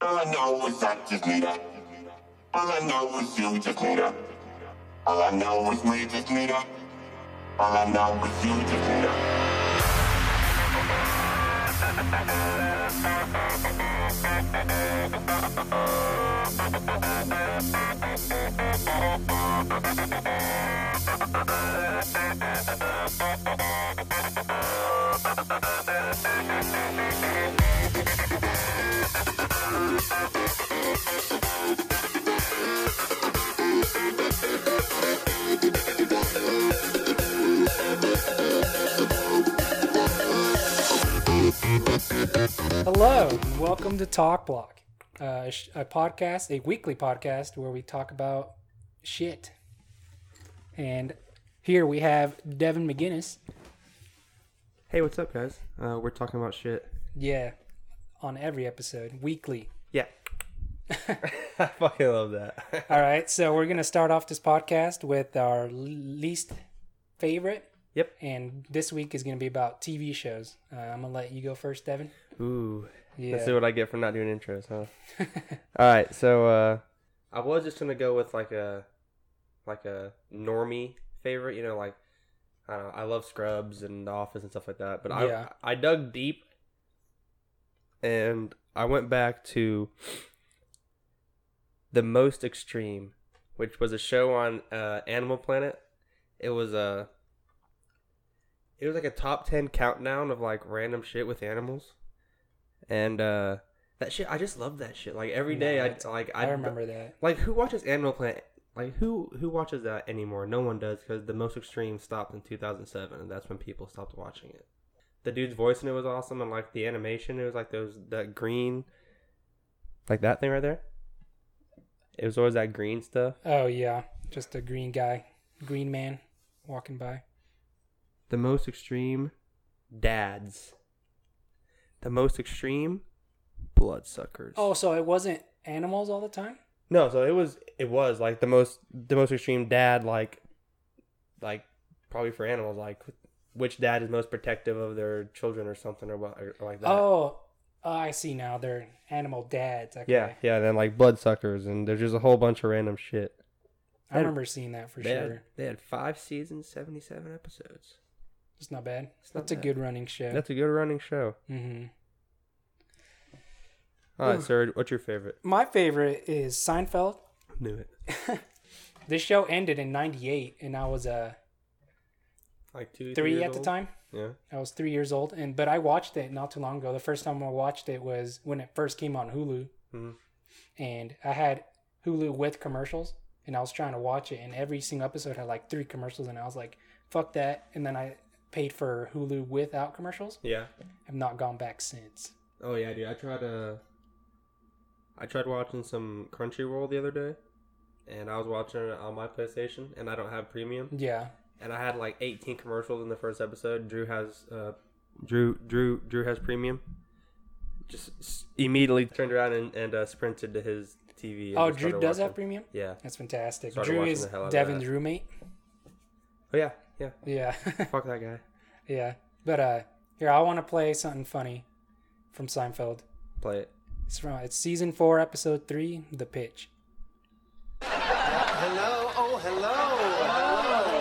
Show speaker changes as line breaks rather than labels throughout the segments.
All I know is I just need her. All I know is you just need her. All I know is we just need her. All I know is you just need her.
Hello, and welcome to Talk Block, uh, sh- a podcast, a weekly podcast where we talk about shit. And here we have Devin McGinnis.
Hey, what's up, guys? Uh, we're talking about shit.
Yeah, on every episode, weekly.
Yeah. I fucking love that.
All right, so we're going to start off this podcast with our l- least favorite.
Yep.
And this week is going to be about TV shows. Uh, I'm going to let you go first, Devin.
Ooh.
Yeah.
Let's see what I get for not doing intros, huh? All right, so uh, I was just gonna go with like a like a normie favorite, you know, like I don't know, I love Scrubs and The Office and stuff like that. But I
Yeah.
I dug deep, and I went back to the most extreme, which was a show on uh, Animal Planet. It was a it was like a top ten countdown of like random shit with animals, and uh, that shit I just loved that shit. Like every
No,
day, I
that's-
like
I remember that.
like who watches Animal Planet? Like who who watches that anymore? No one does because the most extreme stopped in 2007, and that's when people stopped watching it. The dude's voice in it was awesome, and like the animation, it was like those that green, like that thing right there. It was always that green stuff.
Oh, yeah, just a green guy, green man walking by.
The most extreme dads. The most extreme bloodsuckers.
Oh, so it wasn't animals all the time?
No, so it was it was like the most the most extreme dad like like probably for animals like which dad is most protective of their children or something or, what, or like that.
Oh, oh, I see now. They're animal dads. Okay.
Yeah, yeah, and then like bloodsuckers and there's just a whole bunch of random shit.
I remember seeing that for
they
sure.
Had, they had 5 seasons, 77 episodes.
It's not bad.
It's not
That's a
bad.
good running show.
That's a good running show.
hmm
All right, sir, what's your favorite?
My favorite is Seinfeld.
Knew it.
This show ended in '98, and I was uh,
Like 2
three,
years
at the
old?
time.
Yeah.
I was three years old, and but I watched it not too long ago. The first time I watched it was when it first came on Hulu,
Mhm.
and I had Hulu with commercials, and I was trying to watch it, and every single episode had like three commercials, and I was like, "Fuck that!" And then I paid for Hulu without commercials.
Yeah.
I've not gone back since.
Oh yeah, dude. I tried uh I tried watching some Crunchyroll the other day, and I was watching it on my PlayStation, and I don't have premium,
Yeah,
and I had like 18 commercials in the first episode. Drew has uh Drew Drew Drew has premium. Just s- immediately turned around and, and uh, sprinted to his TV. and
Oh,
just
Drew
started
does
watching.
have premium.
Yeah.
That's fantastic.
Started
Drew
watching
is
the hell out of
Devin's
that.
roommate.
Oh yeah, yeah.
Yeah,
Fuck that guy.
yeah. But uh, here I want to play something funny from Seinfeld.
Play it.
It's from it's season four, episode three, The Pitch.
Hello, oh, hello.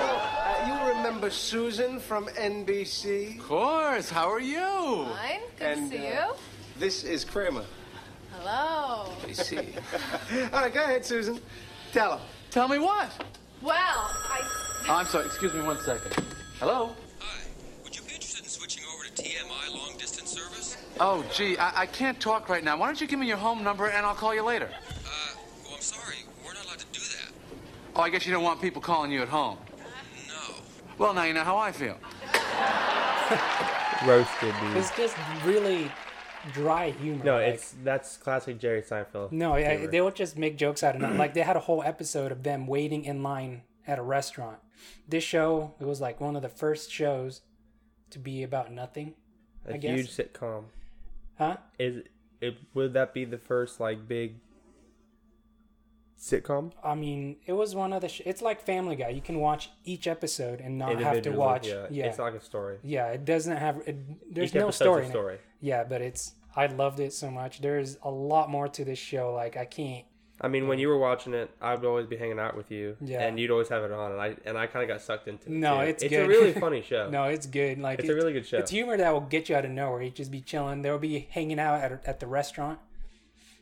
hello. Uh, you remember Susan from NBC?
course. How are you?
Fine. Good
And,
to see
uh,
you.
This is Kramer.
Hello.
I see.
All right, go ahead, Susan. Tell him.
Tell me what?
Well, I.
I'm sorry. Excuse me one second. Hello?
Hi. Would you be interested in switching over to TMI long distance service?
Oh, gee, I, I can't talk right now. Why don't you give me your home number and I'll call you later?
Uh, well, I'm sorry. We're not allowed to do that.
Oh, I guess you don't want people calling you at home.
No.
Well, now you know how I feel.
Roasted, dude.
It's just really dry humor.
No,
like-
it's that's classic Jerry Seinfeld.
no. Yeah,
humor.
they would just make jokes out of nothing. like they had a whole episode of them waiting in line at a restaurant. This show it was like one of the first shows to be about nothing,
a
I guess.
huge sitcom.
huh?
Is it would that be the first like big sitcom?
I mean, it was one of the. Sh- it's like Family Guy. You can watch each episode and not have to
Individually,
watch. Yeah,
Yeah,
yeah.
it's like a story.
it doesn't have. It, there's
Each
no
episode's
story.
a
in it.
story.
Yeah, but it's I loved it so much. There's a lot more to this show. Like I can't.
I mean, when you were watching it, I would always be hanging out with you,
Yeah.
and you'd always have it on, and I and I kind of got sucked into it.
No,
too.
it's
it's
good.
a really funny show.
No, it's good. Like
It's a really good show.
It's humor that will get you out of nowhere. You just be chilling. They'll be hanging out at at the restaurant,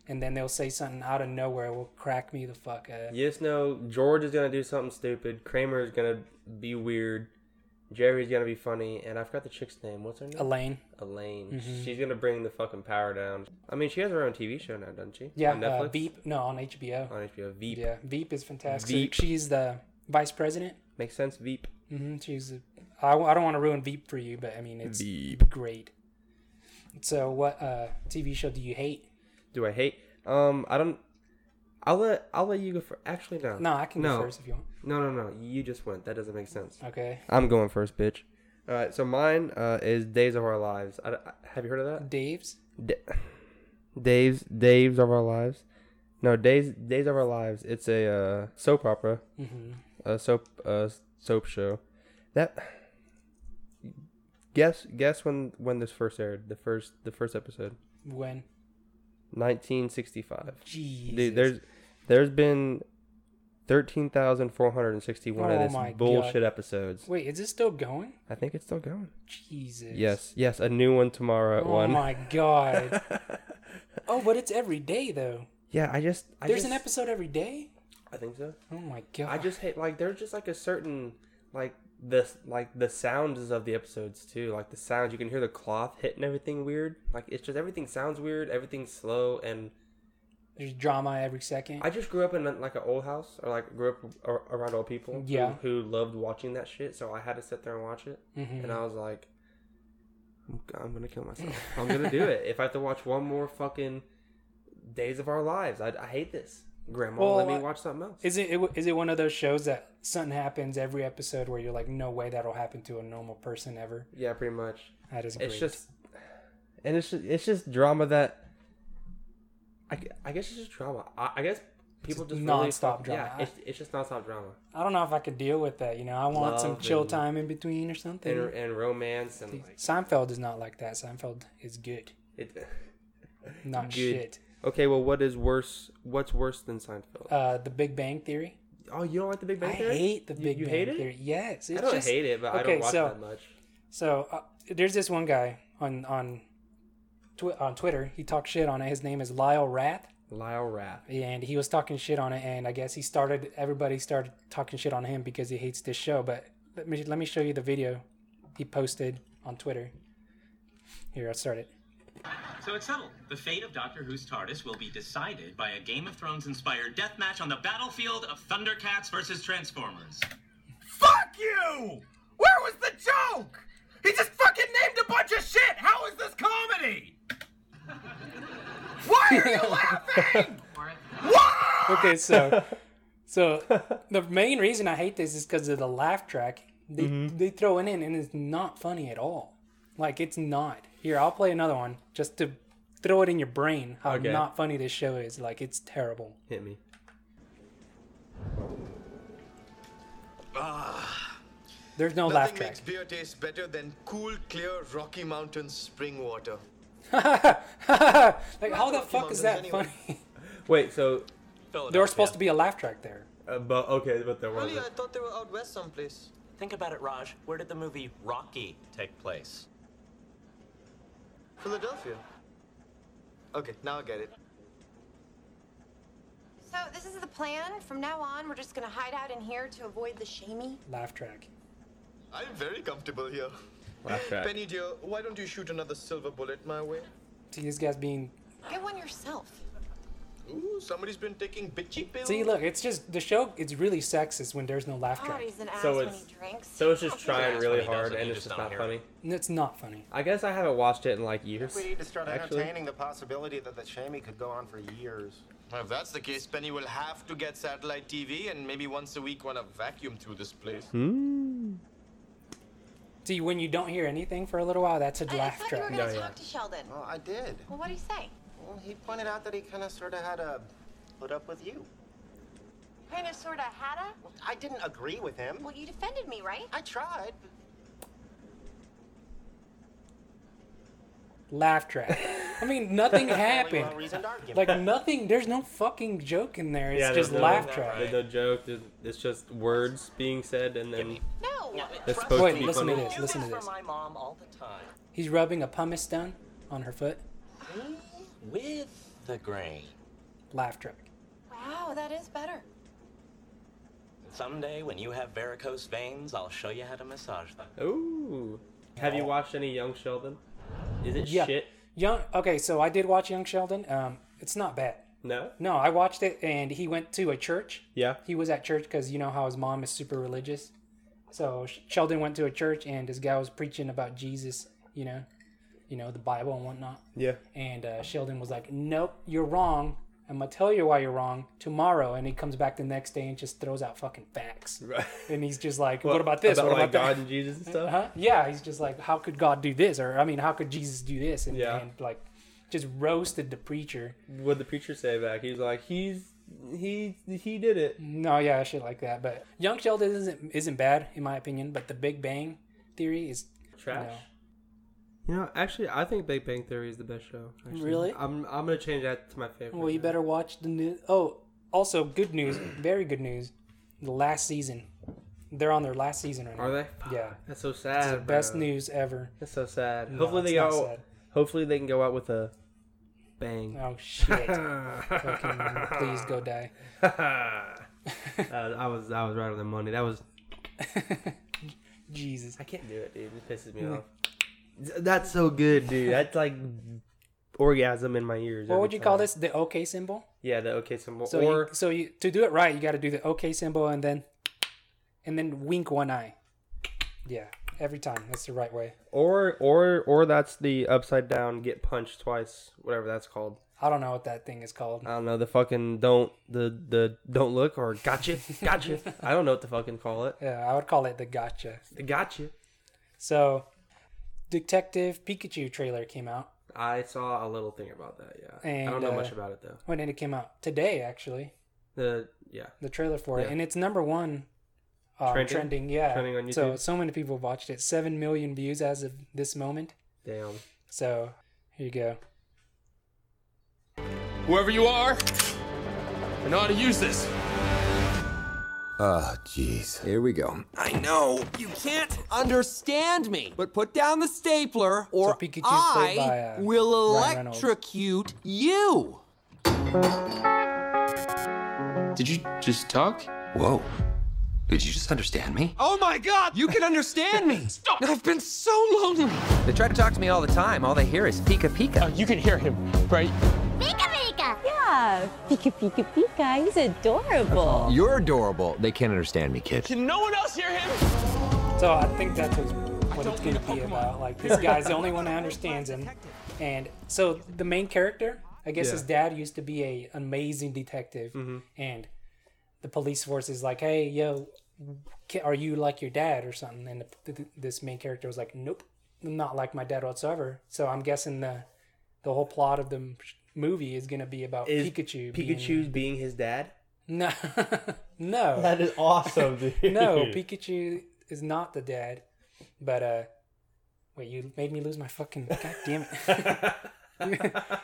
and then they'll say something out of nowhere. It will crack me the fuck up.
You just know George is gonna do something stupid. Kramer is gonna be weird. Jerry's gonna be funny, and I forgot the chick's name. What's her name?
Elaine.
Elaine.
Mm-hmm.
She's gonna bring the fucking power down. I mean, she has her own TV show now, doesn't she?
Yeah.
on
Uh,
Netflix.
Veep. No, on HBO.
on HBO. Veep
Yeah, Veep is fantastic.
Veep.
She's the vice president.
makes sense. Veep.
hmm She's. A, I, I don't want to ruin Veep for you, but I mean it's great. So, what uh, TV show do you hate?
Do I hate? Um, I don't. I'll let I'll let you go for. Actually, no.
No, I can go
No.
first if you want.
No, no, no. You just went. That doesn't make sense.
Okay.
I'm going first, bitch. All right, so mine uh, is Days of Our Lives. I, I- have you heard of that?
Dave's.
Da- Dave's Dave's of Our Lives. No, Days Days of Our Lives. It's a uh, soap opera,
Mm-hmm.
a soap uh, soap show. That guess guess when when this first aired. The first the first episode,
When?
1965.
Jesus.
Dude, there's there's been thirteen thousand four hundred and sixty one
Oh
of
my
this bullshit
God.
episodes.
Wait, is this still going?
I think it's still going.
Jesus.
Yes, yes, a new one tomorrow at
Oh
one.
my god. oh, but it's every day though.
Yeah, I just I
There's
just,
an episode every day.
I think so.
Oh my god.
I just hate like there's just like a certain like this like the sounds of the episodes too. Like the sounds you can hear the cloth hitting everything weird. Like it's just everything sounds weird. Everything's slow and
there's drama every second.
I just grew up in like an old house, or like grew up ar- around old people who-
Yeah.
who, loved watching that shit. So I had to sit there and watch it,
Mm-hmm.
and I was like, I'm, I'm gonna kill myself. I'm gonna do it if I have to watch one more fucking days of our lives. I, I hate this. Grandma,
Well,
let me
I-
watch something else.
is it it- is it one of those shows that something happens every episode where you're like, no way that'll happen to a normal person ever?
Yeah, pretty much.
That is great.
It's just, and it's just, it's just drama that. I, gu- I guess it's just drama. I, I guess people
Just
just
nonstop
really, fuck-
drama.
Yeah, it's, it's just nonstop drama
I don't know if I could deal with that. You know, I want some
Love
chill
and-
time in between or something.
and, and romance and like
Seinfeld is not like that. Seinfeld is good,
it.
not
Good.
Ah, shit.
Okay, well, what is worse? What's worse than Seinfeld?
Uh, the Big Bang Theory.
oh, you don't like the Big Bang
I
Theory?
hate the
You-
Big
you
Bang
hate it?
Theory. Yes,
I
it's
don't
just-
hate it, but I
Okay,
don't watch
so-
that much.
So uh, there's this one guy on on twi- on Twitter. He talks shit on it. His name is Lyle Rath,
Lyle Rath.
and he was talking shit on it. And I guess he started. Everybody started talking shit on him because he hates this show. But let me let me show you the video he posted on Twitter. Here, I'll start it.
So it's settled. The fate of Doctor Who's TARDIS will be decided by a Game of Thrones inspired death match on the battlefield of Thundercats versus Transformers.
Fuck you! Where was the joke? He just fucking named a bunch of shit! How is this comedy? Why are you laughing? Why?
Okay, so so the main reason I hate this is because of the laugh track they they throw it in, and it's not funny at all. Like it's not. Here, I'll play another one just to throw it in your brain how
Okay.
not funny this show is. Like it's terrible.
Hit me.
There's no laugh
Nothing
track.
makes beer taste better than cool, clear Rocky Mountain spring water.
like how the fuck is
Mountains
that
anyway.
funny?
Wait, so,
there was supposed to be a laugh track there.
uh, but okay, but there was.
Earlier, I thought they were out west someplace.
Think about it, Raj. Where did the movie Rocky take place?
Philadelphia. Okay, now I get it.
So this is the plan. From now on, we're just gonna hide out in here to avoid the shamey.
Laugh track.
I'm very comfortable here.
Laugh track.
Penny dear, why don't you shoot another silver bullet my way?
See this guy's being.
Get one yourself.
Ooh, somebody's been taking bitchy pills.
Oh.
See, look, it's just the show. It's really sexist when there's no laugh
God,
track.
he's an ass
So
when
it's-
he drinks.
So it's just trying
that's
really
what he does,
hard,
and
and
you
it's
just
just
don't
not
hear
funny.
It's not funny.
I guess I haven't watched it in like years.
We need to start
Actually-
entertaining the possibility that the shamey could go on for years.
If that's the case, Penny will have to get satellite TV and maybe once a week want a vacuum through this place.
See, when you don't hear anything for a little while, that's a
I, I
laugh
thought you were
track.
gonna
No,
talk
yeah.
to Sheldon.
Well, I did.
Well, what do you say?
Well, he pointed out that he kind of sort of had a put up with you.
Kind of, sorta, hadda.
Well, I didn't agree with him.
Well, you defended me, right?
I tried. but
laugh track. I mean, nothing happened. like nothing. There's no fucking joke in there. It's
Yeah, there's
just
no-
laugh track.
There's no joke. There's, it's just words being said, and then
no.
It's supposed
Wait,
to be
listen to
funny.
this. Listen to this.
My mom all the time.
He's rubbing a pumice stone on her foot.
With
The grain.
Laugh track.
Wow, that is better.
Someday, when you have varicose veins, I'll show you how to massage them.
Ooh. Have you watched any Young Sheldon? Is it
Yeah.
shit?
Young. Okay, so I did watch Young Sheldon. Um, it's not bad.
No.
No, I watched it, and he went to a church.
Yeah.
He was at church because you know how his mom is super religious. So Sh- Sheldon went to a church, and this guy was preaching about Jesus. You know, you know the Bible and whatnot.
Yeah.
And uh, Sheldon was like, "Nope, you're wrong. I'm gonna tell you why you're wrong tomorrow." And he comes back the next day and just throws out fucking facts.
Right.
And he's just like,
What-
"What about this?
about,
what about
like,
that?"
God and Jesus and stuff?
Uh-huh. Yeah, he's just like, "How could God do this?" Or I mean, "How could Jesus do this?" And,
Yeah.
and like, just roasted the preacher.
What'd the preacher say back? He's like, he's he he did it.
No, yeah, shit like that. But Young Sheldon isn't isn't bad in my opinion. But The Big Bang Theory is
Trash? You know, actually, I think Big Bang Theory is the best show. Actually.
Really?
I'm I'm gonna change that to my favorite.
Well, you better watch the new. Oh, also good news, very good news. The last season, they're on their last season right now.
Are they?
Yeah,
that's so
It's
sad.
the best
bro.
news ever.
That's so sad.
No,
hopefully
it's
they
not
go.
sad.
Hopefully they can go out with a bang.
Oh shit! Fucking please go die.
Uh, I was I was right on the money. That was
Jesus.
I can't do it, dude. It pisses me
Mm.
off. That's so good, dude. That's like orgasm in my ears.
What
every
would you call
time.
this? The OK symbol.
Yeah, the okay symbol.
So,
or
you, so you to do it right, you got to do the OK symbol and then, and then wink one eye. Yeah, every time. That's the right way.
or or or that's the upside down get punched twice, whatever that's called.
I don't know what that thing is called.
I don't know the fucking don't the the don't look or gotcha gotcha. I don't know what to fucking call it.
Yeah, I would call it the gotcha.
The gotcha.
So, Detective Pikachu trailer came out.
I saw a little thing about that. Yeah,
And,
I don't know
uh,
much about it though.
When did it came out? Today, actually.
The yeah.
The trailer for
Yeah.
it, and it's number one. Uh, trending?
Trending?
yeah.
Trending on
So
YouTube?
so many people watched it. Seven million views as of this moment.
Damn.
So here you go.
Whoever you are, I know how to use this.
Oh, jeez. Here we go.
I know. You can't
Understand me, but put down the stapler or
Pikachu's
I
played by, uh,
will
Ryan Reynolds.
electrocute you.
Did you just talk? Whoa. Did you just understand me?
Oh my god, you can understand me. Stop. I've been so lonely.
They try to talk to me all the time. All they hear is Pika Pika. you can hear him, right?
Pika Pika! Yeah, Pika Pika Pika, he's adorable.
You're adorable. They can't understand me, kid.
Can no one else hear him?
So I think that's what, what it's going to be about. Like this guy's the only one that understands him, and so the main character, I guess
Yeah. Mm-hmm.
his dad used to be a amazing detective, and the police force is like, "Hey, yo, ki- are you like your dad or something?" And the, th this main character was like, "Nope, I'm not like my dad whatsoever." So I'm guessing the the whole plot of the m- movie is going to be about
Is
Pikachu. being-
Pikachu's being his dad.
no, no.
That is awesome, dude.
no, Pikachu is not the dad. But uh, wait, you made me lose my fucking. God damn it!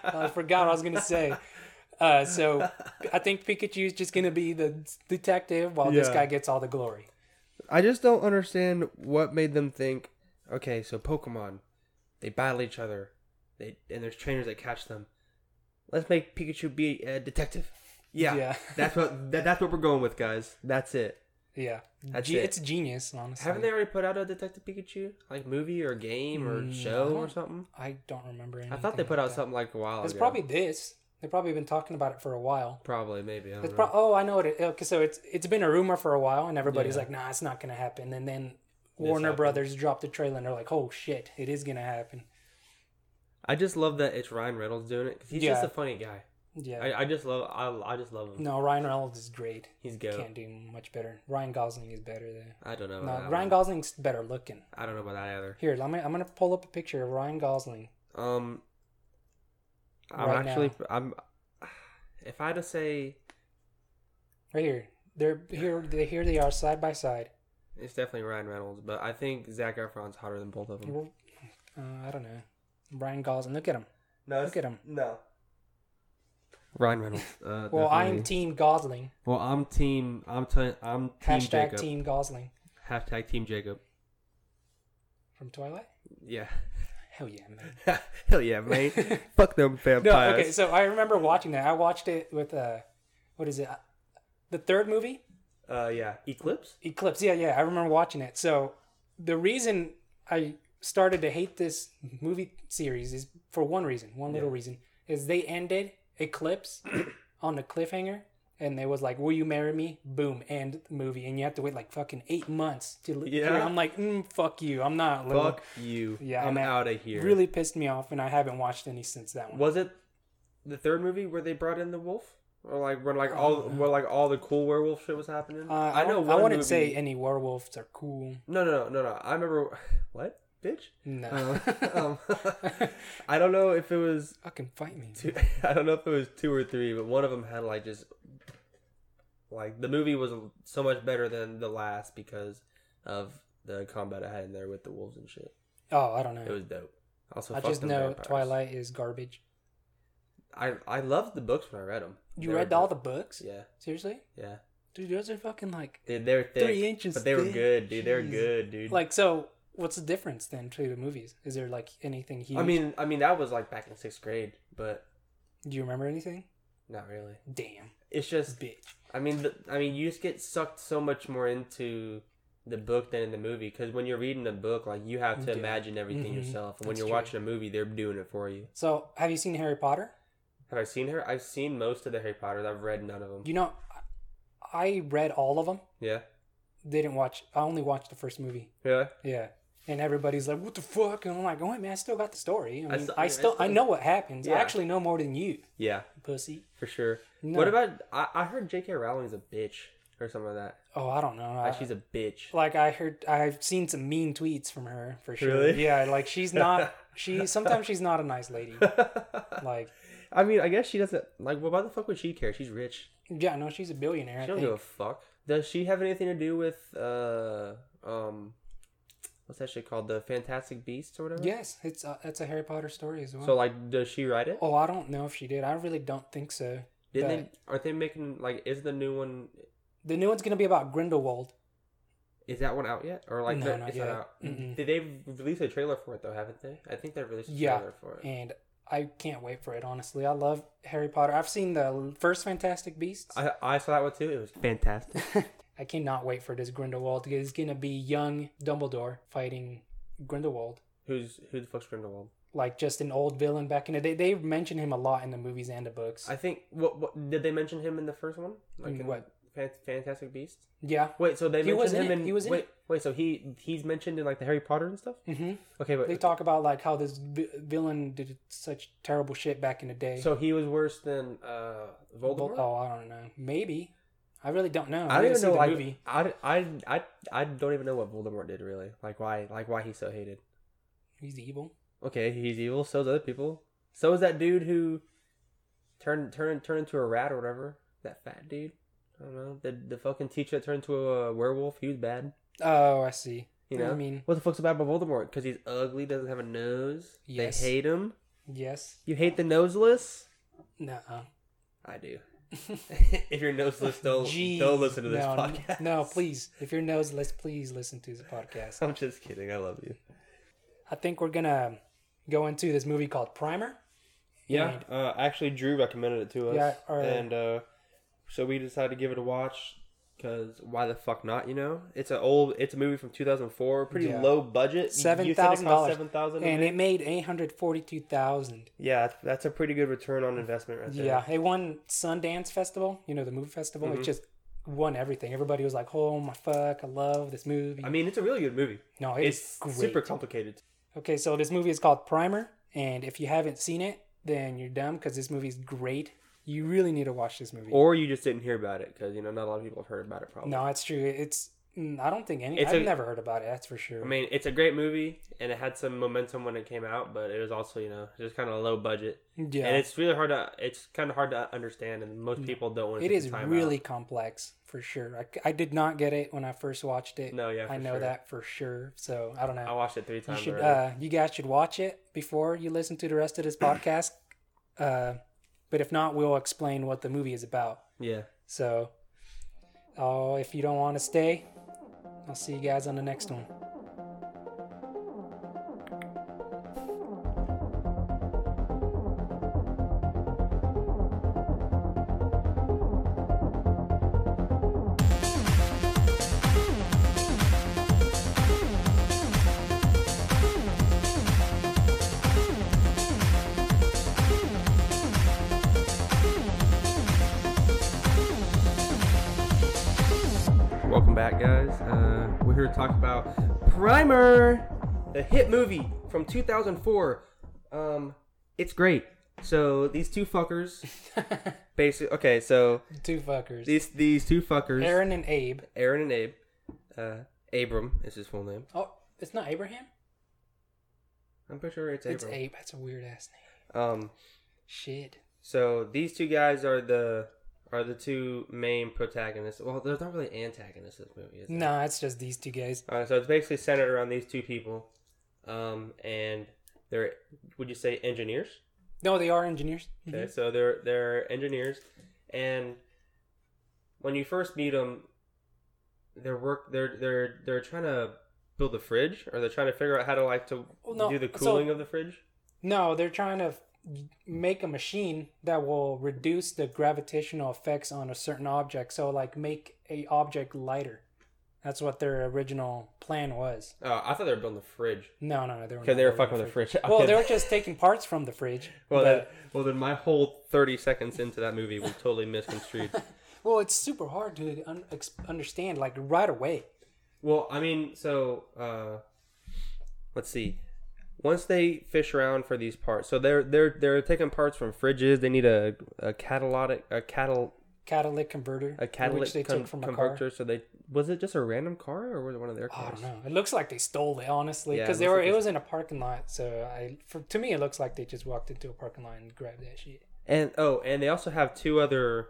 I forgot what I was gonna say. Uh, so I think Pikachu's just gonna be the detective while this
Yeah.
guy gets all the glory.
I just don't understand what made them think. Okay, so Pokemon, they battle each other, they and there's trainers that catch them. Let's make Pikachu be a detective. Yeah,
Yeah.
that's what that, that's what we're going with, guys. That's it.
Yeah,
That's
Ge-
it.
it's genius, honestly.
Haven't they already put out a Detective Pikachu like movie or game or
Mm, I
show or
don't-
something?
I don't remember.
I thought they
anything
put
like
out
that.
something like a while
It's
ago.
probably this. They've probably been talking about it for a while.
probably maybe. I don't
It's
know.
pro- oh, I know what it. Okay, so it's it's been a rumor for a while, and everybody's
Yeah.
like, "Nah, it's not gonna happen." And then
This
Warner
happened.
Brothers dropped the trailer, and they're like, "Oh shit, it is gonna happen."
I just love that it's Ryan Reynolds doing it 'cause he's just
Yeah.
a funny guy.
Yeah.
I, I just love I, I just love him.
No, Ryan Reynolds is great.
He's goat.
Can't do much better. Ryan Gosling is better though.
I don't know.
no,
about Oh, that
Ryan
one.
Gosling's better looking.
I don't know about that either.
Here, I'm gonna, I'm gonna pull up a picture of Ryan Gosling.
Um, I'm
Right
actually
now.
I'm. If I had to say,
Right here, they're here. They here they are side by side.
Hmm. it's definitely Ryan Reynolds, but I think Zach Efron's hotter than both of them.
Uh, I don't know. Ryan Gosling. Look at him.
No,
Look at him.
No. Ryan Reynolds. Uh,
Well, I'm
definitely.
Team Gosling.
Well, I'm team. I'm t- I'm team
Hashtag
Jacob.
Team Gosling
Hashtag team Jacob.
from Twilight.
Yeah.
Hell yeah, man.
Hell yeah, mate. Fuck them vampires.
No, okay. So I remember watching that. I watched it with uh, what is it? The third movie,
uh, yeah, Eclipse.
Eclipse. Yeah, yeah. I remember watching it. So the reason I started to hate this movie series is for one reason, one little
Yeah.
reason, is they ended Eclipse on a cliffhanger, and they was like, "Will you marry me?" Boom, end movie, and you have to wait like fucking eight months to. li-
Yeah.
I'm like, mm, fuck you. I'm not. little."
Fuck you.
Yeah,
I'm
man.
out of here.
Really pissed me off, and I haven't watched any since that one.
Was it the third movie where they brought in the wolf, or like when like all where like all the cool werewolf shit was happening?
Uh, I, know. I
one
wouldn't
movie-
say any werewolves are cool.
No, no, no, no, no. I remember what bitch.
No.
Um, um, I don't know if it was.
Fucking fight me.
Two, I don't know if it was two or three, but one of them had like just like the movie was so much better than the last because of the combat I had in there with the wolves and shit.
Oh, I don't know.
It was dope. Also,
I
fuck
just
them
know
vampires.
Twilight is garbage.
I I loved the books when I read them.
You read all the books?
Yeah,
Seriously?
yeah.
Dude, those are fucking like
Dude, they were thick,
three inches.
but they were
thick.
good, dude. They were
Jeez.
good, dude.
Like, so what's the difference then to the movies? Is there like anything huge?
I mean, I mean that was like back in sixth grade, but
do you remember anything?
not really.
Damn,
It's just,
bitch.
I mean, the, I mean, you just get sucked so much more into the book than in the movie because when you're reading a book, like you have to
Yeah.
imagine everything
Mhm.
yourself. And when
That's
you're
true.
watching a movie, they're doing it for you.
So, have you seen Harry Potter?
Have I seen her? I've seen most of the Harry Potters. I've read none of them.
You know, I read all of them.
yeah,
Didn't watch. I only watched the first movie.
yeah.
Yeah. And everybody's like, "What the fuck?" And I'm like, "Oh, wait, man, I still got the story. I, mean,
I
I,
still-
still,
I
I
still-
know what happens.
Yeah.
I actually know more than you,
Yeah,
pussy."
for sure.
No.
What about? I, I heard J.K. Rowling's a bitch or something like that.
Oh, I don't know. I,
Like, she's a bitch.
like I heard, I've seen some mean tweets from her for sure.
Really?
Yeah, like she's not. She sometimes she's not a nice lady. Like,
I mean, I guess she doesn't. Like, well, why the fuck would she care? She's rich.
yeah, no, she's a billionaire. I
She don't
think.
give a fuck. Does she have anything to do with uh um what's that shit called? The Fantastic Beasts or whatever?
Yes, it's a, it's a Harry Potter story as well.
So like does she write it?
oh, I don't know if she did. I really don't think so.
Didn't
but
they aren't they making like is the new one
the new one's gonna be about Grindelwald.
is that one out yet? Or like
No,
the,
not
it's
yet.
out?
Mm-mm.
Did they release a trailer for it though, haven't they? I think they released a
Yeah,
trailer for it.
and I can't wait for it. Honestly, I love Harry Potter. I've seen the first Fantastic Beasts.
I I saw that one too. It was fantastic.
I cannot wait for this Grindelwald. It's gonna be young Dumbledore fighting Grindelwald,
Who's who the fuck's Grindelwald?
like just an old villain back in the day. They mention him a lot in the movies and the books.
I think what what did they mention him in the first one? Like in
What?
Fan- Fantastic Beasts?
yeah,
Wait, so they
He
mentioned
was in
him
it.
in
He was in
wait,
it.
wait, so he he's mentioned in like the Harry Potter and stuff?
hmm
Okay, but
they talk about like how this vi- villain did such terrible shit back in the day.
So he was worse than uh,
Vol-
Voldemort.
oh, I don't know. Maybe I really don't know.
I don't
didn't
even
see
know.
the
Like,
movie.
I, I, I, I don't even know what Voldemort did really. Like why, like why he's so hated.
He's evil.
Okay, he's evil. So is other people. So is that dude who turned turned turned into a rat or whatever. That fat dude. I don't know. The the fucking teacher that turned into a werewolf. He was bad.
Oh, I see.
You know.
I mean,
what the fuck's bad about Voldemort? Because he's ugly. Doesn't have a nose.
Yes.
They hate him.
yes.
You hate the noseless.
No.
I do. if you're noseless, don't don't listen to this
no,
podcast.
No, please. If you're noseless, please listen to this podcast.
I'm just kidding. I love you.
I think we're gonna go into this movie called Primer.
Yeah, uh, actually, Drew recommended it to us,
Yeah, or-
and uh, so we decided to give it a watch because why the fuck not? You know, it's an old, it's a movie from 2004, pretty
Yeah.
low budget, You-
Seven
you said it cost
thousand dollars.
seven thousand,
and it made eight hundred forty-two thousand.
yeah, that's, that's a pretty good return on investment right there.
Yeah, it won Sundance Festival. You know the movie festival.
Mhm.
It just won everything. Everybody was like, "Oh my fuck, I love this movie."
I mean, it's a really good movie.
no,
It's,
it's great.
super complicated.
Okay, so this movie is called Primer, and if you haven't seen it, then you're dumb because this movie is great. You really need to watch this movie.
Or you just didn't hear about it because you know not a lot of people have heard about it. Probably.
no, it's true. It's Mm, I don't think any.
It's
I've
a-
never heard about it. That's for sure.
I mean, it's a great movie, and it had some momentum when it came out, but it was also, you know, just kind of low budget.
Yeah.
and it's really hard to. It's kind of hard to understand, and most people don't want to.
it is really complex for sure. I, c- I did not get it when I first watched it.
No, yeah,
I
for
know
sure.
that for sure. So I don't know.
I watched it three
You
times.
should. Uh,
already.
you guys should watch it before you listen to the rest of this podcast. uh, but if not, we'll explain what the movie is about.
yeah.
So, oh, if you don't want to stay, I'll see you guys on the next one.
Welcome back, guys. Uh, we're here to talk about Primer, the hit movie from 2004. Um, it's great. So these two fuckers, basically. Okay, so
Two fuckers.
these these two fuckers,
Aaron and Abe.
Aaron and Abe, uh, Abram is his full name.
Oh, it's not Abraham.
I'm pretty sure it's Abram.
It's Abe. That's a weird ass name.
Um,
Shit.
So these two guys are the are the two main protagonists. Well, there's not really antagonists in this movie. Is there?
No, it's just these two guys.
Uh, so it's basically centered around these two people, um, and they're would you say engineers?
No, they are engineers.
Okay,
Mhm.
so they're they're engineers, and when you first meet them, they're work they're they're they're trying to build a fridge, or they're trying to figure out how to like to
Well, no,
do the
so-
cooling of the fridge.
No, they're trying to f- make a machine that will reduce the gravitational effects on a certain object. So, like, make a object lighter. That's what their original plan was.
Oh, I thought they were building the fridge.
No, no, no. They were
Because
not
they were
building
fucking with the fridge.
Well,
Okay.
they were just taking parts from the fridge. but-
Well, then, well, then my whole thirty seconds into that movie was totally misconstrued.
well, it's super hard to un- ex- understand, like, right away.
well, I mean, so uh, let's see. Once they fish around for these parts, so they're they're they're taking parts from fridges. They need a a catalytic a catal
Catalytic converter.
a catalytic
Which they
con-
took from a car.
converter. So they was it just a random car or was it one of their
I
cars?
don't know. It looks like they stole it, honestly,
Yeah, it
because they
looks
were.
like
it
they-
was in a parking lot, so I. For, to me, it looks like they just walked into a parking lot and grabbed that shit.
And oh, and they also have two other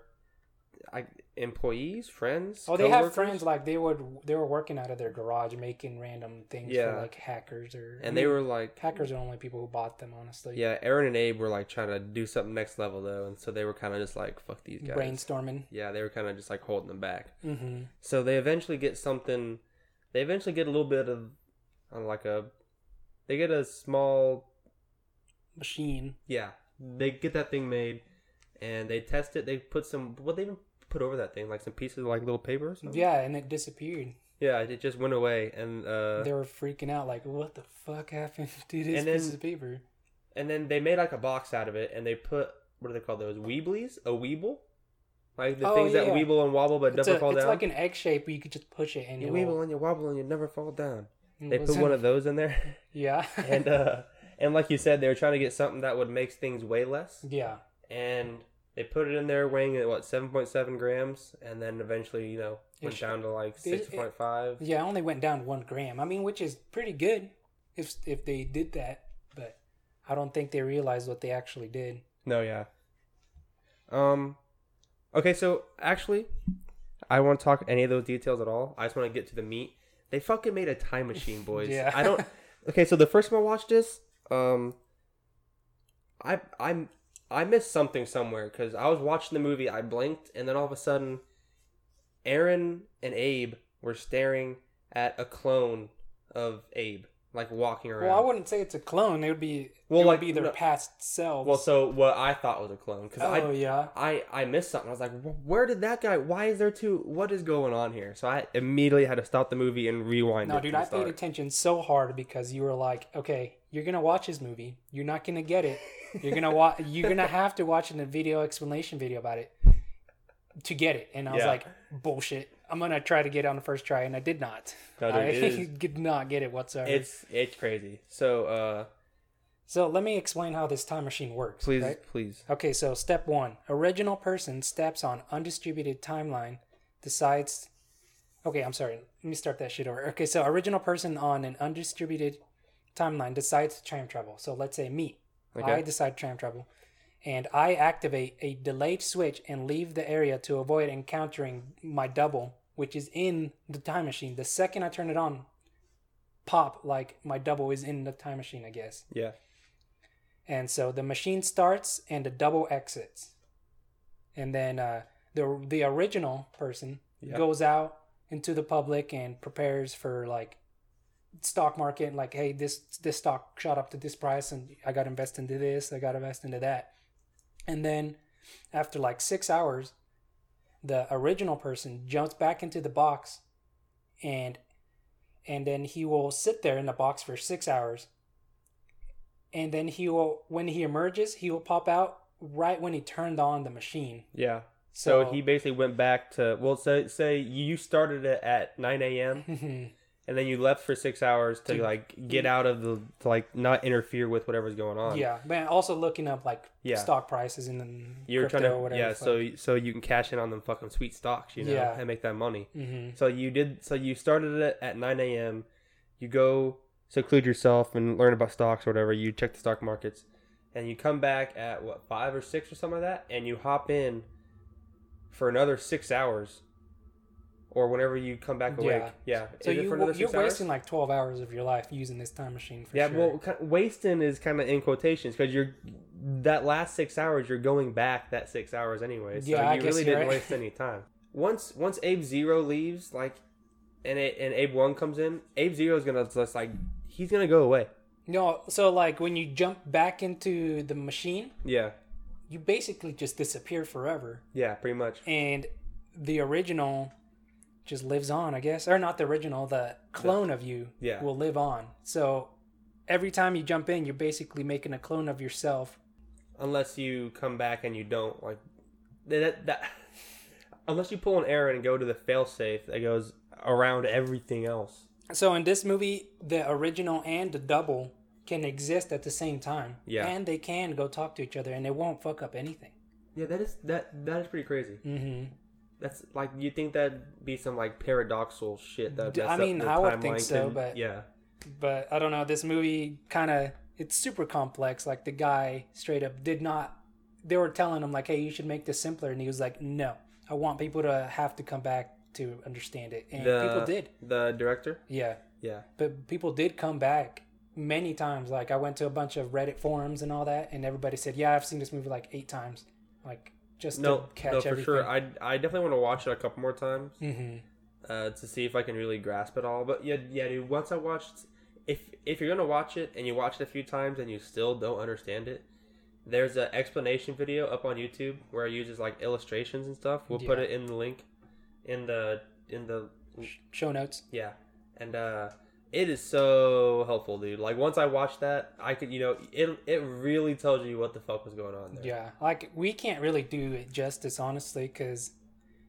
I, employees, friends.
Oh, they have
coworkers?
friends like they would. They were working out of their garage, making random things
Yeah.
for like hackers or.
And they were, like-
hackers are the only people who bought them, honestly.
Yeah, Aaron and Abe were like trying to do something next level though, and so they were kind of just like, "Fuck these guys."
Brainstorming.
Yeah, they were kind of just like holding them back.
Mhm.
So they eventually get something. They eventually get a little bit of, on like a, they get a small.
Machine.
Yeah, they get that thing made, and they test it. They put some. What they even put over that thing? Like some pieces of like little paper or something.
Yeah, and it disappeared.
Yeah, it just went away, and uh,
they were freaking out, like, "What the fuck happened to this
And then-
piece of paper?"
and then they made like a box out of it, and they put what do they call those weeblies? A weeble, like the
Oh,
things that
yeah.
weeble and wobble but
It's,
never
a-
fall
it's
down.
like an egg shape, but you Mm, could just push it and
You
it
weeble
will.
and you wobble and you never fall down.
It
They
was
put one of those in there,
Yeah.
and uh, and like you said, they were trying to get something that would make things weigh less.
Yeah.
And they put it in there, weighing at what seven point seven grams, and then eventually, you know,
It
went
sh-
down to like
it-
six point five.
Yeah, I only went down one gram. I mean, which is pretty good if if they did that, but I don't think they realized what they actually did.
No, yeah. Um, okay, so actually, I won't talk any of those details at all. I just want to get to the meat. They fucking made a time machine, boys.
Yeah.
I don't. Okay, so the first time I watched this, um, I I I missed something somewhere because I was watching the movie. I blinked, and then all of a sudden, Aaron and Abe were staring at a clone of Abe, like walking around.
Well, I wouldn't say it's a clone. It would be
Well,
it would
like,
be their
no-
past selves.
Well, so what I thought was a clone because I
Oh, yeah.
I I missed something. I was like, "Wh- where did that guy? Why is there two? What is going on here? So I immediately had to stop the movie and rewind.
no,
it
dude,
from
I
the start.
paid attention so hard because you were like, okay, you're gonna watch this movie. You're not gonna get it. You're gonna watch. You're gonna have to watch a video explanation video about it to get it. And I was
Yeah.
like, bullshit. I'm gonna try to get it on the first try, and I did not.
No, dude,
I
it is-
did not get it whatsoever.
It's it's crazy. So uh,
So let me explain how this time machine works.
please
okay?
please.
Okay, so step one: original person steps on undistributed timeline, decides. Okay, I'm sorry. Let me start that shit over. Okay, so original person on an undistributed timeline decides time travel. So let's say me.
Okay.
I decide time travel. And I activate a delayed switch and leave the area to avoid encountering my double, which is in the time machine. The second I turn it on, pop, like my double is in the time machine, I guess.
Yeah.
And so the machine starts and the double exits. And then uh, the the original person
Yeah.
goes out into the public and prepares for like stock market like hey this this stock shot up to this price and I got to invest into this, I got to invest into that. And then after like 6 hours the original person jumps back into the box and and then he will sit there in the box for 6 hours and then he will when he emerges he will pop out right when he turned on the machine
Yeah. So,
So-
he basically went back to well, so say you started it at nine a.m.
Mhm.
and then you left for six hours to
To-
like get out of the to like not interfere with whatever's going on.
yeah man also looking up like
Yeah.
stock prices and then
You're
crypto
trying to
or whatever
yeah,
the fuck.
so so you can cash in on them fucking sweet stocks, you know,
Yeah.
and make that money.
Mhm.
So you did. So you started it at nine a.m. You go seclude yourself and learn about stocks or whatever. You check the stock markets, and you come back at what five or six or something like that, and you hop in for another six hours, or whenever you come back awake.
yeah
Yeah.
so
Is it
you,
for another
you're
six hours?
wasting like 12 hours of your life using this time machine for
yeah,
sure
well, ki- wasting is kind of in quotations because you're that last six hours you're going back that six hours anyway. So
Yeah,
you
I guess
really
you're
didn't
right.
waste any time. Once once Abe Zero leaves, like, and a, and Abe One comes in, Abe Zero is gonna just like he's gonna go away.
no so like when you jump back into the machine
Yeah,
you basically just disappear forever
yeah, pretty much.
and the original just lives on, I guess, or not the original, the clone of you
Yeah.
will live on. So every time you jump in, you're basically making a clone of yourself.
Unless you come back and you don't like that. that unless you pull an error and go to the failsafe that goes around everything else.
So in this movie, the original and the double can exist at the same time.
Yeah.
And they can go talk to each other and it won't fuck up anything.
Yeah, that is that that is pretty crazy.
Mm-hmm.
That's like you think that'd be some like paradoxal shit that.
D-
mess
I
up
mean,
the
I would think
timeline,
so,
could-
but-
yeah,
But I don't know, this movie kind of, it's super complex. Like the guy straight up did not, they were telling him, like, hey, you should make this simpler. And he was like, no, I want people to have to come back to understand it. And
the,
people did.
The director.
Yeah.
Yeah,
But people did come back many times. Like I went to a bunch of Reddit forums and all that, and everybody said, "Yeah, I've seen this movie like eight times." Like just
no,
to catch
no, for
everything.
sure. I I definitely want to watch it a couple more times
Mhm.
uh, to see if I can really grasp it all. But yeah, yeah, dude. Once I watched, if if you're gonna watch it and you watch it a few times and you still don't understand it, there's an explanation video up on YouTube where it uses like illustrations and stuff. We'll put
Yeah.
it in the link in the in the
Show notes.
Yeah, and uh, it is so helpful, dude. Like once I watched that, I could, you know, it it really tells you what the fuck was going on there.
Yeah, like we can't really do it justice, honestly, because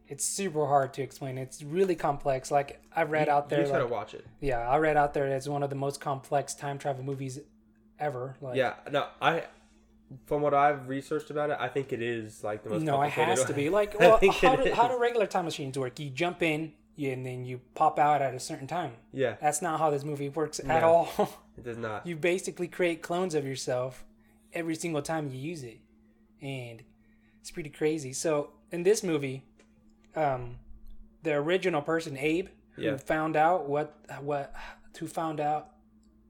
it's super hard to explain. It's really complex. Like I read
You-
out there,
You just gotta
like-
watch it.
Yeah, I read out there it's one of the most complex time travel movies ever. Like,
yeah, no, I. From what I've researched about it, I think it is like the most.
No, it
complicated
has
one.
to be like
I
well,
think
how
it
do, how
is.
do regular time machines work? You jump in, you, and then you pop out at a certain time.
Yeah.
that's not how this movie works at
No.
all.
It does not.
you basically create clones of yourself every single time you use it, and it's pretty crazy. So in this movie, um, the original person Abe, who
Yeah.
found out what what who found out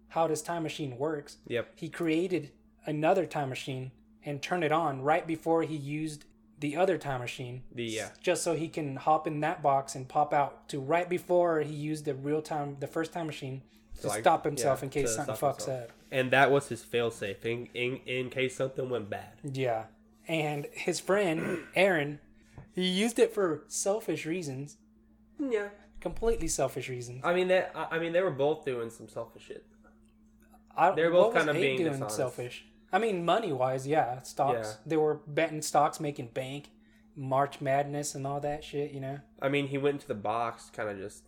how this time machine works,
Yep.
he created another time machine and turned it on right before he used the other time machine
The yeah.
just so he can hop in that box and pop out to right before he used the real time the first time machine to
Like,
stop himself
yeah,
in case
to
something
stop
fucks
himself.
up
And that was his failsafe in, in in case something went bad.
yeah and his friend aaron he used it for selfish reasons
Yeah.
completely selfish reasons
I mean that. I I mean they were both doing some selfish shit.
I,
They were
what
both
was
kinda
Abe
being
doing
dishonest.
selfish i mean money wise yeah stocks
Yeah.
they were betting stocks making bank march madness and all that shit you know
I mean, he went into the box, kind of just.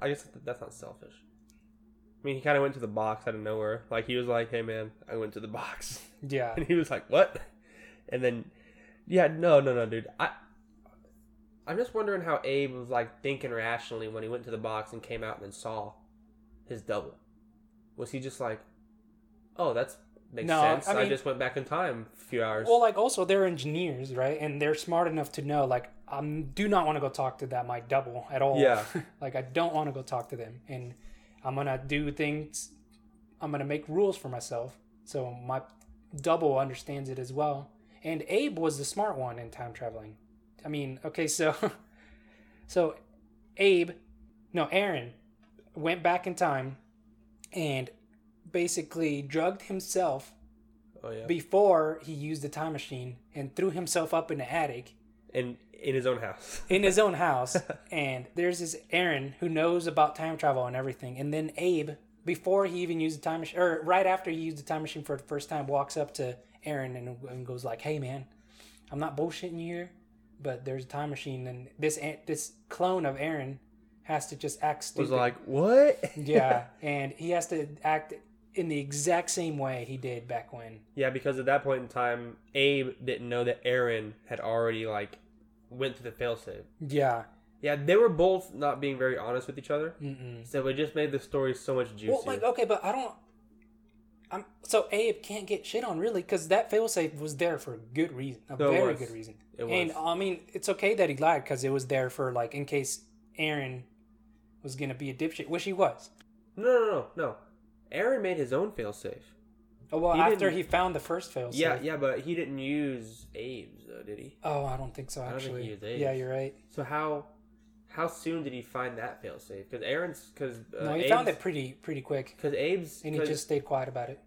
I guess th- that's not selfish. I mean, he kind of went to the box out of nowhere. Like he was like, "Hey, man, I went to the box,"
yeah
and he was like, "What?" And then, yeah, no, no, no, dude. I I'm just wondering how Abe was like thinking rationally when he went to the box and came out and then saw his double. Was he just like, "Oh, that's makes
No,
sense.
I
I,
mean-
just went back in time a few hours."
Well, like also they're engineers, right? And they're smart enough to know, like, I do not want to go talk to that my double at all.
Yeah.
like I don't want to go talk to them, and I'm gonna do things. I'm gonna make rules for myself, so my double understands it as well. And Abe was the smart one in time traveling. I mean, okay, so, so Abe, no, Aaron went back in time, and basically drugged himself
oh yeah,
before he used the time machine and threw himself up in the attic
in in his own house.
in his own house. and there's this Aaron who knows about time travel and everything. And then Abe, before he even used the time machine, or right after he used the time machine for the first time, walks up to Aaron and, and goes like, "Hey, man, I'm not bullshitting you here, but there's a time machine, and this a- this clone of Aaron has to just act stupid."
was like, "What?"
yeah, and he has to act in the exact same way he did back when.
Yeah, because at that point in time, Abe didn't know that Aaron had already like went through the failsafe.
Yeah.
Yeah, they were both not being very honest with each other,
Mm-mm.
so it just made the story so much juicier.
Well, like oh okay, but I don't. I'm so Abe can't get shit on really because that failsafe was there for a good reason, a
No, it
very
was.
good reason.
It
And
was.
I mean, it's okay that he lied because it was there for like in case Aaron was gonna be a dipshit, which he was.
No, no, no, no. Aaron made his own failsafe.
Oh, well,
He
after
didn't-
he found the first failsafe.
Yeah, yeah, but he didn't use Abe's though, did he?
Oh, I don't think so.
I don't think
Actually,
he used Abe's.
yeah, you're right.
So how how soon did he find that failsafe? Because Aaron's because uh,
no, he found it pretty pretty quick,
because Abe's
and he
'cause-
just stayed quiet about it.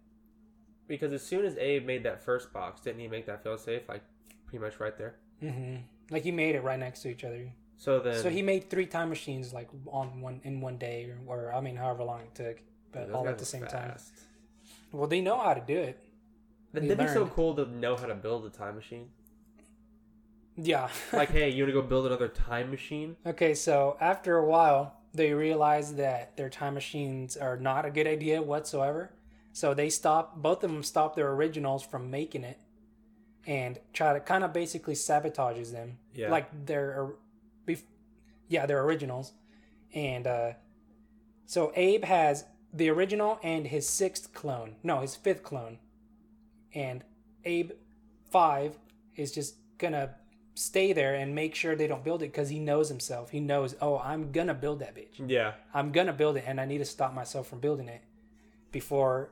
because as soon as Abe made that first box, didn't he make that failsafe like pretty much right there?
hmm Like he made it right next to each other.
So then
so he made three time machines like on one in one day, or, or I mean, however long it took, but
Those
all
guys
at the
were
same time.
fast.
Well, they know how to do it.
But
They
That'd be so
learned.
cool to know how to build a time machine.
Yeah.
Like, hey, you want to go build another time machine?
okay, so after a while, they realize that their time machines are not a good idea whatsoever. So they stop, both of them stop their originals from making it and try to kind of basically sabotages them.
Yeah.
Like their, or- bef- yeah, their originals. And uh, so Abe has the original and his sixth clone. No, his fifth clone. And Abe 5 is just gonna stay there and make sure they don't build it because he knows himself. He knows, oh, I'm gonna build that bitch.
Yeah.
I'm gonna build it, and I need to stop myself from building it before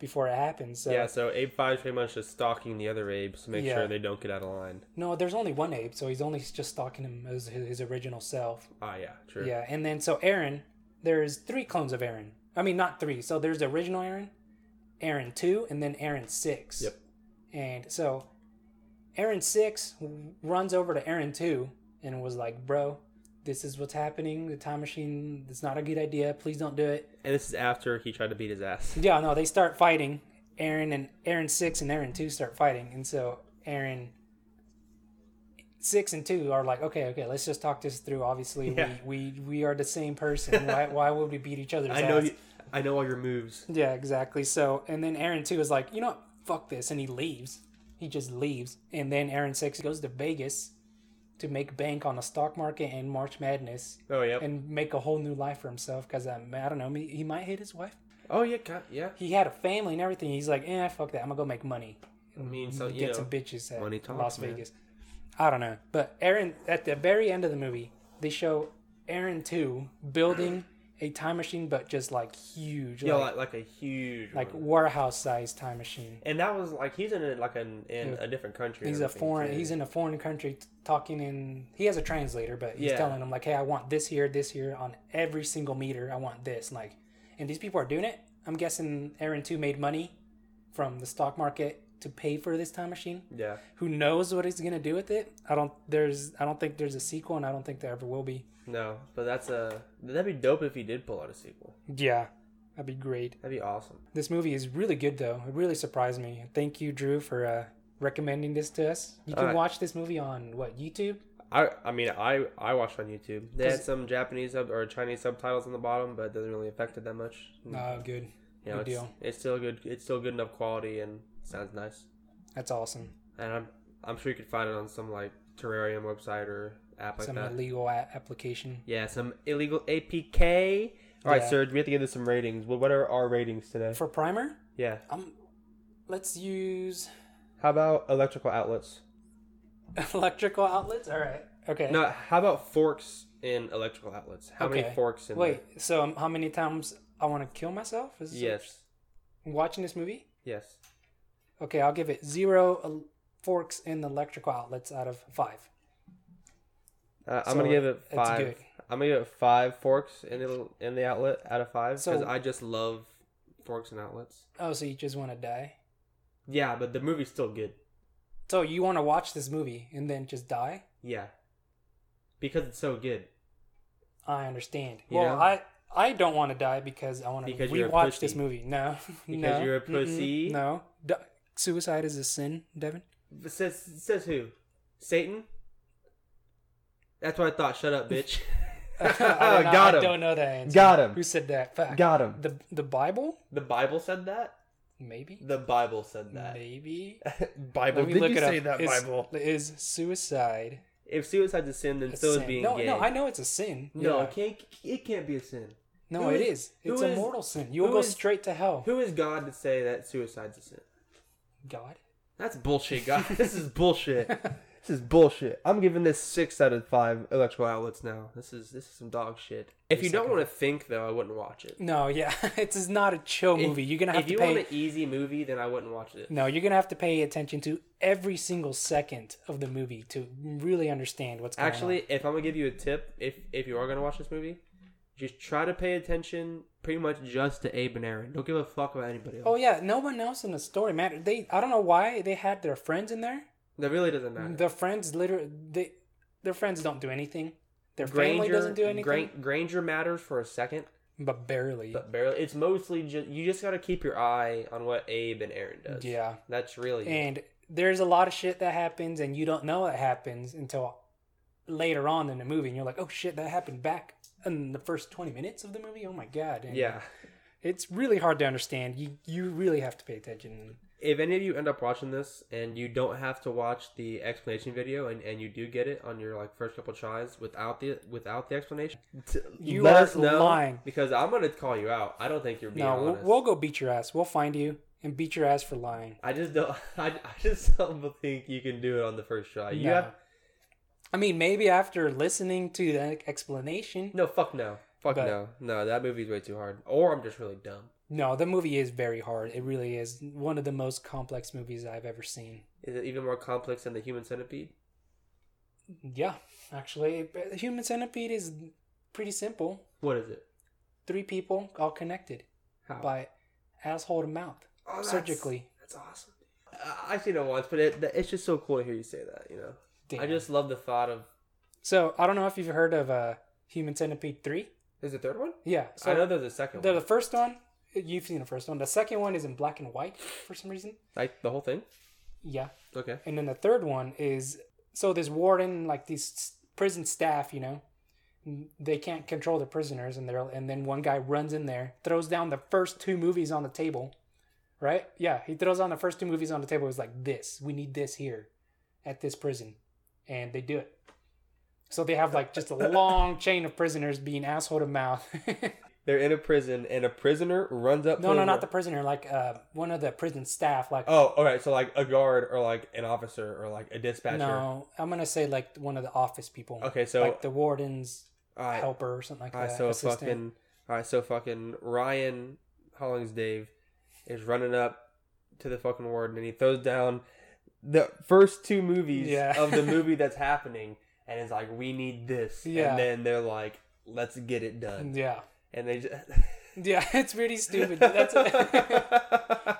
before it happens. So,
yeah, so Abe 5 is pretty much just stalking the other Abes to make
Yeah.
sure they don't get out of line.
No, there's only one Abe, so he's only just stalking him as his, his original self.
Ah, yeah, true.
Yeah, and then so Aaron, there's three clones of Aaron. I mean, not three. So there's the original Aaron, Aaron two, and then Aaron six.
Yep.
And so Aaron six w- runs over to Aaron two and was like, "Bro, this is what's happening. The time machine. It's not a good idea. Please don't do it."
And this is after he tried to beat his ass.
Yeah, no, they start fighting. Aaron and Aaron six and Aaron two start fighting, and so Aaron six and two are like, okay, okay, let's just talk this through. Obviously,
Yeah.
we, we we are the same person. Why why would we beat each other's
I know
ass?
you, I know all your moves.
Yeah, exactly. So, and then Aaron two is like, you know, what? fuck this, and he leaves. He just leaves, and then Aaron six goes to Vegas to make bank on the stock market and March Madness.
Oh, yep.
and make a whole new life for himself because um, I don't know, he he might hit his wife
Oh, yeah, ca- yeah.
he had a family and everything. He's like, eh, fuck that. I'm gonna go make money.
I mean, so,
get
you know,
some bitches at
money talks,
Las
man.
Vegas. I don't know, but Aaron at the very end of the movie, they show Aaron two building a time machine, but just like huge,
Yeah,
like,
like, like a huge
like
one.
warehouse sized time machine.
And that was like he's in a, like an in a different country. and
He's a
everything,
foreign.
too.
He's in a foreign country t- talking in. He has a translator, but he's
Yeah.
telling them like, "Hey, I want this here, this here on every single meter. I want this." Like, and these people are doing it. I'm guessing Aaron too made money from the stock market to pay for this time machine.
yeah.
Who knows what he's gonna do with it? I don't. There's. I don't think there's a sequel, and I don't think there ever will be.
No, but that's a that'd be dope if he did pull out a sequel.
Yeah, that'd be great.
That'd be awesome.
This movie is really good, though. It really surprised me. Thank you, Drew, for uh, recommending this to us. You can
Alright.
watch this movie on what YouTube.
I I mean I I watched on YouTube. They had
'Cause-
some Japanese sub or Chinese subtitles on the bottom, but it doesn't really affect it that much.
Oh, good.
You know,
good
it's,
deal.
it's still good. It's still good enough quality and sounds nice.
That's awesome.
And I'm I'm sure you could find it on some like terrarium website or app like
Some
that.
illegal a- application.
yeah, some illegal APK. All right,
Yeah.
Serge, we have to give this some ratings. Well, what are our ratings today?
For primer,
yeah.
um, let's use
How about electrical outlets?
electrical outlets. All right. Okay.
No, how about forks and electrical outlets? How
Okay.
many forks in
Wait. So um, how many times I want to kill myself? Is
There?
this-
Yes.
Watching this movie.
Yes.
Okay, I'll give it zero el- forks in the electrical outlets out of five.
Uh, I'm
So,
gonna give it
it's
five.
good.
I'm gonna give it five forks in the in the outlet out of five because
So-
I just love forks and outlets.
Oh, so you just want to die?
Yeah, but the movie's still good.
So you want to watch this movie and then just die?
Yeah, because it's so good.
I understand.
You
well,
know?
I I don't want to die because I want to
Because you're a
rewatch this
pussy.
movie. No,
Because
no.
you're a
Mm-mm.
pussy.
No, D- suicide is a sin, Devin.
Says says who? Satan. That's what I thought. Shut up, bitch.
I don't
Oh,
know-
got
I
him.
don't know that answer.
Got him.
Who said that? Fuck.
Got him.
The the Bible?
The Bible said that.
Maybe.
The Bible said that.
Maybe.
Bible.
Let me
Did
look
you
it
say
up.
that
Is-
Bible?
Is suicide?
If suicide's a sin, then
a
so is
sin?
being
no,
gay.
no, I know it's a sin.
No,
Yeah.
it can't. It can't be a sin.
No,
Who
it
is-
is. It's
who
a
is-
mortal sin. You'll
who
go
is-
straight to hell.
Who is God to say that suicide's a sin?
God.
That's bullshit, God. this is bullshit. This is bullshit. I'm giving this six out of five electrical outlets now. This is this is some dog shit. If you don't want to think though, I wouldn't watch it.
No, yeah, it's is not a chill movie. You're gonna have
if
to
you
pay.
want an easy movie, then I wouldn't watch it.
No, you're gonna have to pay attention to every single second of the movie to really understand what's going
Actually,
on.
if I'm gonna give you a tip, if if you are gonna watch this movie, just try to pay attention pretty much just to Abe and Aaron. Don't give a fuck about anybody else.
Oh yeah, no one else in the story mattered. They, I don't know why they had their friends in there.
That really doesn't matter.
Their friends literally, they, their friends don't do anything. Their family doesn't do anything,
Gran- Granger matters for a second,
but barely.
but barely. It's mostly just you just got to keep your eye on what Abe and Aaron does.
Yeah.
that's really it.
and there's a lot of shit that happens, and you don't know it happens until later on in the movie, and you're like, oh shit, that happened back in the first 20 minutes of the movie. Oh my god. And
yeah.
it's really hard to understand. You you really have to pay attention.
If any of you end up watching this and you don't have to watch the explanation video and, and you do get it on your like first couple tries without the without the explanation, t-
You
let
are
us know
lying.
because I'm gonna call you out. I don't think you're being
No, we'll,
honest.
we'll go beat your ass. We'll find you and beat your ass for lying.
I just don't. I, I just don't think you can do it on the first try. Uh, You
No.
have
I mean, maybe after listening to the explanation.
no fuck no fuck
But-
no no that movie's way too hard. Or I'm just really dumb.
No, the movie is very hard. It really is one of the most complex movies I've ever seen.
Is it even more complex than the Human Centipede?
Yeah, actually, but the Human Centipede is pretty simple.
What is it?
Three people all connected
How?
by asshole to mouth
Oh, that's-
surgically.
That's awesome. I've seen it once, but it, it's just so cool to hear you say that. You know, I
Damn.
just love the thought of.
So I don't know if you've heard of uh, Human Centipede three.
Is the third one?
Yeah, so
I know there's a second
The,
one.
the first one, you've seen the first one. The second one is in black and white for some reason.
Like the whole thing.
Yeah.
Okay.
And then the third one is so there's warden, like these s- prison staff, you know, they can't control the prisoners, and they're and then one guy runs in there, throws down the first two movies on the table, right? Yeah, he throws on the first two movies on the table. It's like this, we need this here, at this prison, and they do it. So they have like just a long chain of prisoners being asshole to mouth.
They're in a prison, and a prisoner runs up.
no,
to
no,
the
not the
guard.
prisoner. Like uh, one of the prison staff, like
Oh, all right. So like a guard, or like an officer, or like a dispatcher.
No, I'm gonna say like one of the office people.
Okay, so-
like the warden's
Alright.
helper or something like
All right,
that.
so
assistant.
fucking. All right, so fucking Ryan Hollings Dave is running up to the fucking warden, and he throws down the first two movies
Yeah.
of the movie that's happening, and is like, "We need this,"
Yeah.
and then they're like, "Let's get it done."
Yeah,
and they just
yeah, it's really stupid. That's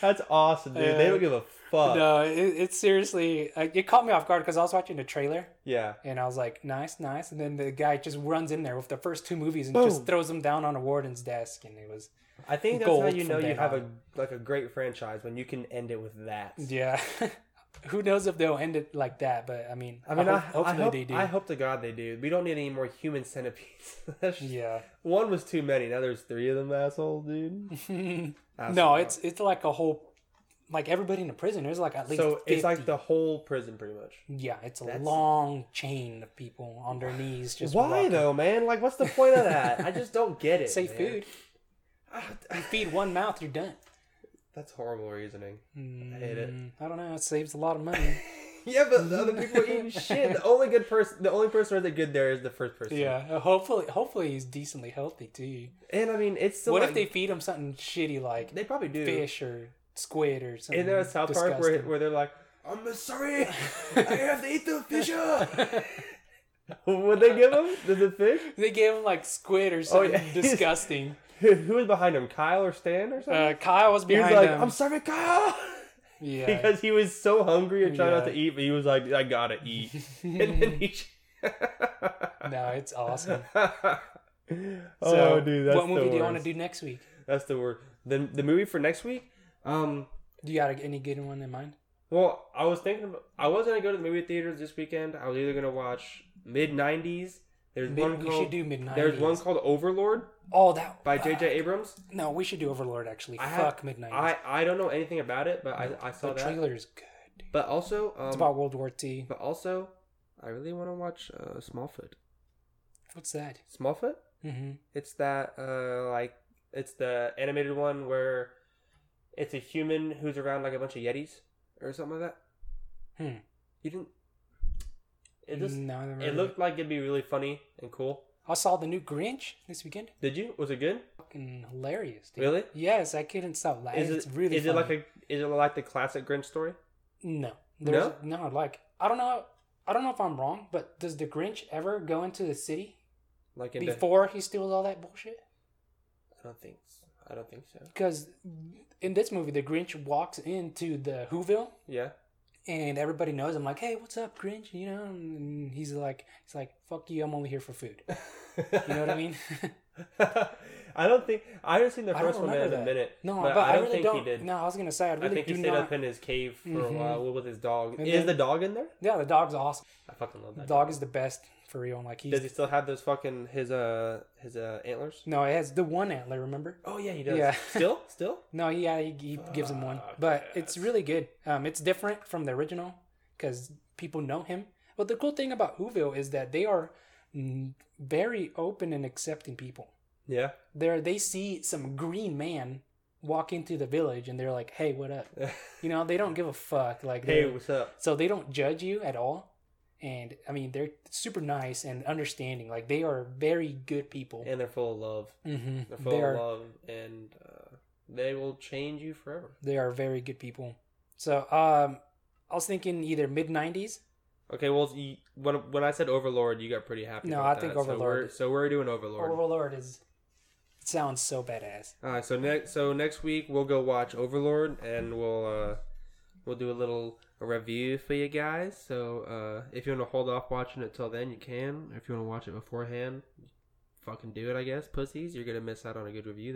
that's awesome, dude. they
Uh,
don't give a fuck.
no, it, it's seriously like, it caught me off guard because I was watching the trailer
Yeah,
and I was like, nice, nice, and then the guy just runs in there with the first two movies and just
Boom.
throws them down on a warden's desk, and it was
I think that's how
gold
you
from
know you
then
have
on.
a like a great franchise when you can end it with that.
yeah. Who knows if they'll end it like that? But I mean,
I mean, I,
hope-
I,
hopefully
hope,
they do.
I hope to God they do. We don't need any more human centipedes. That's just-
Yeah.
One was too many. Now there's three of them, asshole, dude. Asshole.
no, it's it's like a whole like everybody in the prison. There's like at least
so
50.
it's like the whole prison pretty much.
yeah, it's a
That's-
long chain of people on their knees just
Why
walking.
though, man? Like, what's the point of that? I just don't get it.
Save
man.
food. you feed one mouth, you're done.
That's horrible reasoning.
I
hate it.
I don't know. It saves a lot of money.
Yeah, but the other people eat shit. The only good person, the only person really good there is the first person.
yeah. uh, Hopefully, hopefully he's decently healthy too.
And I mean, it's still
what
like,
if they feed him something shitty like
they probably do
fish or squid or something?
And there was South Park where,
disgusting?
where they're like, I'm sorry, I have to eat the fish up. Would they give him the, the fish?
they gave him like
Oh,
squid or something disgusting.
Who who was behind him? Kyle or Stan or something?
Uh, Kyle was
He was
behind
like,
him.
I'm sorry, Kyle.
Yeah.
Because he was so hungry and trying not
Yeah.
to eat, but he was like, I gotta eat. and then he.
no, it's awesome.
oh, dude, that's
what movie
the
do you want to
worst.
do next week?
That's the word. The the movie for next week. Um,
Do you got any good one in mind?
well, I was thinking about, I was gonna go to the movie theaters this weekend. I was either gonna watch mid nineties. There's
Mid-
one
we
called
should do mid-nineties.
There's one called Overlord.
Oh, that
by J.J. Abrams.
No, we should do Overlord actually.
I have-
Fuck Midnight.
I I don't know anything about it, but I I saw
the
that.
trailer is good.
But also, um,
It's about World War II.
But also, I really want to watch uh, Smallfoot.
What's that?
Smallfoot.
Mhm.
It's that uh like it's the animated one where it's a human who's around like a bunch of yetis or something like that.
Hmm.
You didn't. It just
No, I never
it
heard
looked like it'd be really funny and cool.
I saw the new Grinch this weekend.
Did you? Was it good?
Fucking hilarious, dude.
Really?
Yes, I couldn't stop laughing.
Is it
it's really
is it like a is it like the classic Grinch story?
No. There's, no? No, like I don't know I don't know if I'm wrong, but does the Grinch ever go into the city
Like in the-
before he steals all that bullshit?
I don't think I don't think so.
Because in this movie the Grinch walks into the Whoville
Yeah.
and everybody knows him like, Hey, what's up, Grinch? You know, and he's like he's like, Fuck you, I'm only here for food. you know what I mean?
I don't think I haven't seen the
I don't
first one in
remember
a
that.
minute.
No, but I really
think
don't-
he did.
no, I was gonna say, I really
think he
do
stayed
not-
up in his cave for a
Mhm.
while with his dog.
And
is
then-
the dog in there?
Yeah, the dog's awesome.
I fucking love
The
that.
dog is the best for real. Like he's
Does he still have those fucking his uh his uh antlers?
No, it has the one antler. Remember?
Oh yeah, he does.
Yeah.
Still, still.
no, yeah, he, he gives him one, but it's really good. Um, it's different from the original because people know him. But the cool thing about Whoville is that they are mm, very open and accepting people.
Yeah.
There, they see some green man walk into the village, and they're like, "Hey, what up?" you know, they don't give a fuck. Like,
Hey,
they're-
what's up?
So they don't judge you at all. And I mean, they're super nice and understanding. Like, they are very good people.
And they're full of love.
Mhm.
They're full
They are-
of love, and uh, they will change you forever.
They are very good people. So um, I was thinking either mid '90s.
Okay, well, you, when when I said Overlord, you got pretty happy.
No,
about
I think
that. So
Overlord-
we're, so we're doing Overlord.
Overlord is. It sounds so badass.
All right, so next so next week we'll go watch Overlord and we'll uh we'll do a little review for you guys. So uh if you want to hold off watching it till then, you can. If you want to watch it beforehand, fucking do it, I guess. Pussies, you're gonna miss out on a good review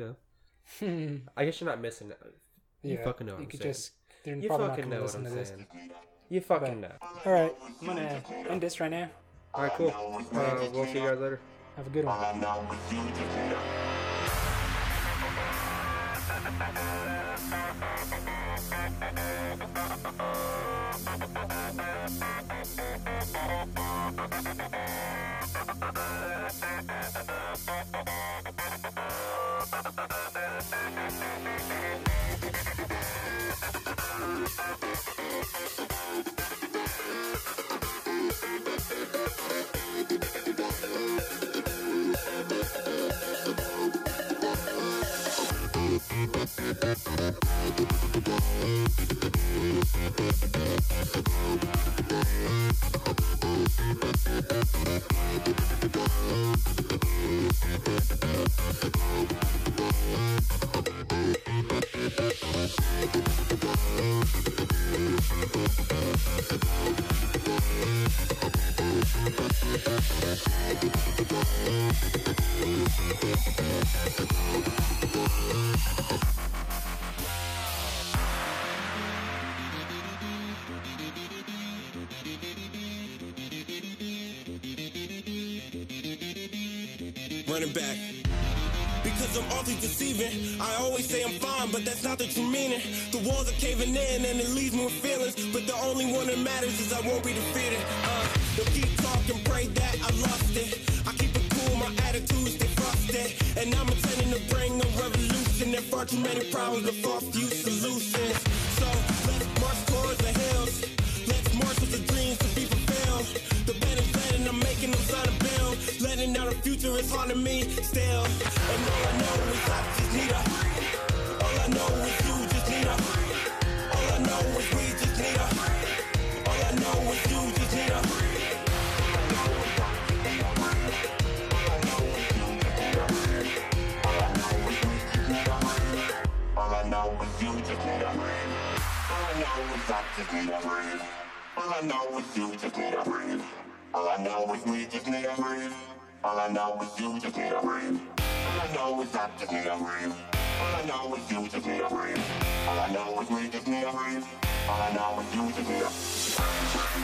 though. I guess you're not missing it. You
Yeah,
fucking know.
you
What I'm
could
saying.
just- they're
you
probably not
fucking
gonna
know what
listen
I'm
to this.
saying. You fucking know.
All right, I'm gonna end this right now.
All right, cool. Uh, we'll see you guys later.
Have a good one.
Running back. Big cause I'm awfully deceiving. I always say I'm fine, but that's not the true meaning. The walls are caving in and it leaves me with feelings. But the only one that matters is I won't be defeated. Uh, they'll keep talking, pray that I lost it. I keep it cool, my attitudes they frosted. And I'm intending to bring a revolution. There far too many problems to far few solutions. So let's march towards the hills. Let's march with the dreams to be fulfilled. The bed is bad and I'm making them sign a bill. Letting out a future is haunting me still. And all I know is I just need a. All I know is you just need a. All I know is we just need a. All I know is you just need a.
All I know is you just need a friend. All I know is I just need a friend. All I know is you just need a friend. All I know is we just need a friend. All I know is you just need a friend. All I know is I just need a friend. All I know is you just need a friend. All I know is we just need a friend. All I know is you just need a